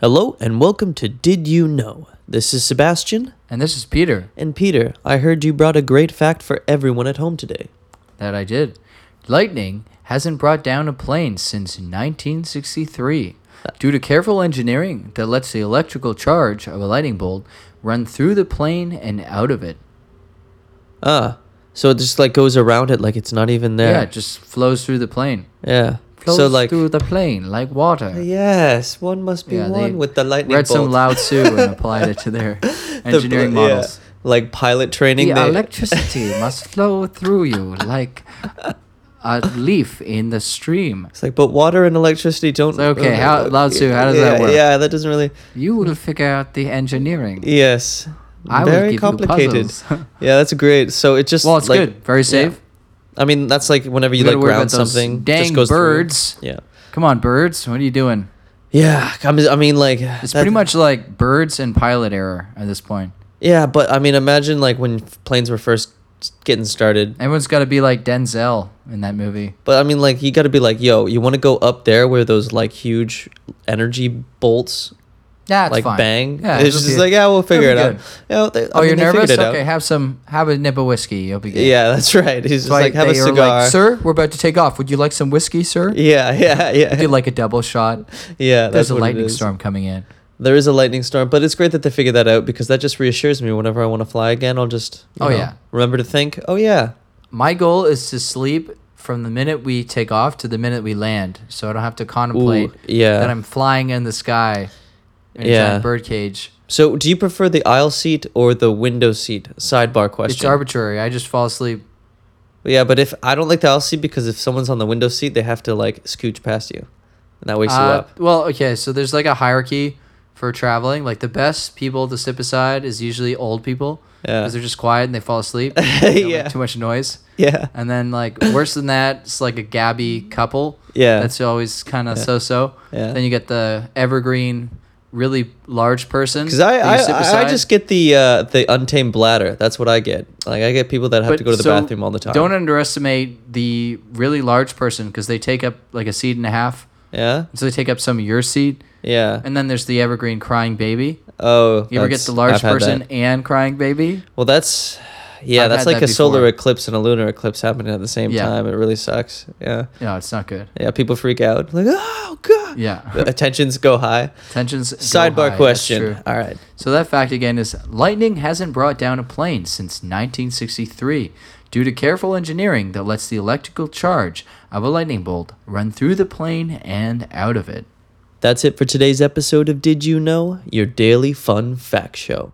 Hello and welcome to Did You Know? This is Sebastian And this is Peter and Peter. I heard you brought a great fact for everyone at home today. that I did. Lightning hasn't brought down a plane since 1963 due to careful engineering that lets the electrical charge of a lightning bolt run through the plane and out of it. Ah, so it just like goes around it like it's not even Yeah, it there. just flows through the plane. Yeah. Flows so like uh, through the plane like water. yes, one must be Yeah, they one with the lightning Read some bolt. Lao Tzu and applied it to their The engineering bl- yeah, models. Like pilot training. The they- electricity must flow through you like a leaf in the stream. It's like, but water and electricity don't. like, okay, how- Lao Tzu, how does yeah, that work? Yeah, that doesn't really. You will figure out the engineering. Yes. I will Very give you complicated. puzzles. yeah, that's great. So it just Well, it's like, good. Very safe. I mean, that's like whenever you gotta like worry ground about those something. dang just goes through. birds. Yeah. Come on, birds. What are you doing? Yeah. I mean, I mean like. It's pretty much like birds and pilot error at this point. Yeah, but I mean, imagine like when f- planes were first getting started. Everyone's got to be like Denzel in that movie. But I mean, like you got to be like, yo, you want to go up there where those like huge energy bolts Yeah, it's like fine. bang? Yeah, it's it'll just be- like, yeah, we'll figure it it'll be out. good. Yeah, they, Oh, you're nervous? Okay, Out. have some. Have a nip of whiskey. You'll be good. Yeah, that's right. He's just It's like, like have a they are cigar. like, sir, we're about to take off. Would you like some whiskey, sir? yeah, yeah, yeah, Did like a double shot. yeah. That's There's a what it lightning is. storm coming in. There is a lightning storm, but it's great that they figured that out because that just reassures me. Whenever I want to fly again, I'll just you Oh, know, yeah. remember to think. Oh yeah, My goal is to sleep from the minute we take off to the minute we land, so I don't have to contemplate yeah. that I'm flying in the sky in a Yeah. giant birdcage. So, do you prefer the aisle seat or the window seat? Sidebar question. It's arbitrary. I just fall asleep. yeah, but if I don't like the aisle seat because if someone's on the window seat, they have to like scooch past you, and that wakes you Uh, up. well, okay, so there's like a hierarchy for traveling. Like the best people to sit beside is usually old people Yeah. because they're just quiet and they fall asleep. They don't make Yeah. too much noise. Yeah, And then like worse than that, it's like a Gabby couple. Yeah. That's always kind of so-so. Yeah. Then you get the evergreen, really large person. because I that you I, sit I, I beside. just get the uh, the untamed bladder. That's what I get. Like I get people that have But to go to the so bathroom all the time. Don't underestimate the really large person because they take up like a seat and a half. yeah, So they take up some of your seat. yeah. And then there's the evergreen crying baby. oh, You ever get that's- the large I've had person that. and crying baby? Well, that's yeah, I've that's had like that a solar before. eclipse and a lunar eclipse happening at the same Yeah. time. It really sucks. Yeah, No, it's not good. yeah. People freak out. Like oh god. Yeah. The Tensions go high. Tensions. go high, Sidebar that's true. question. All right. So that fact again is lightning hasn't brought down a plane since 1963 due to careful engineering that lets the electrical charge of a lightning bolt run through the plane and out of it. That's it for today's episode of Did You Know? Your daily fun fact show.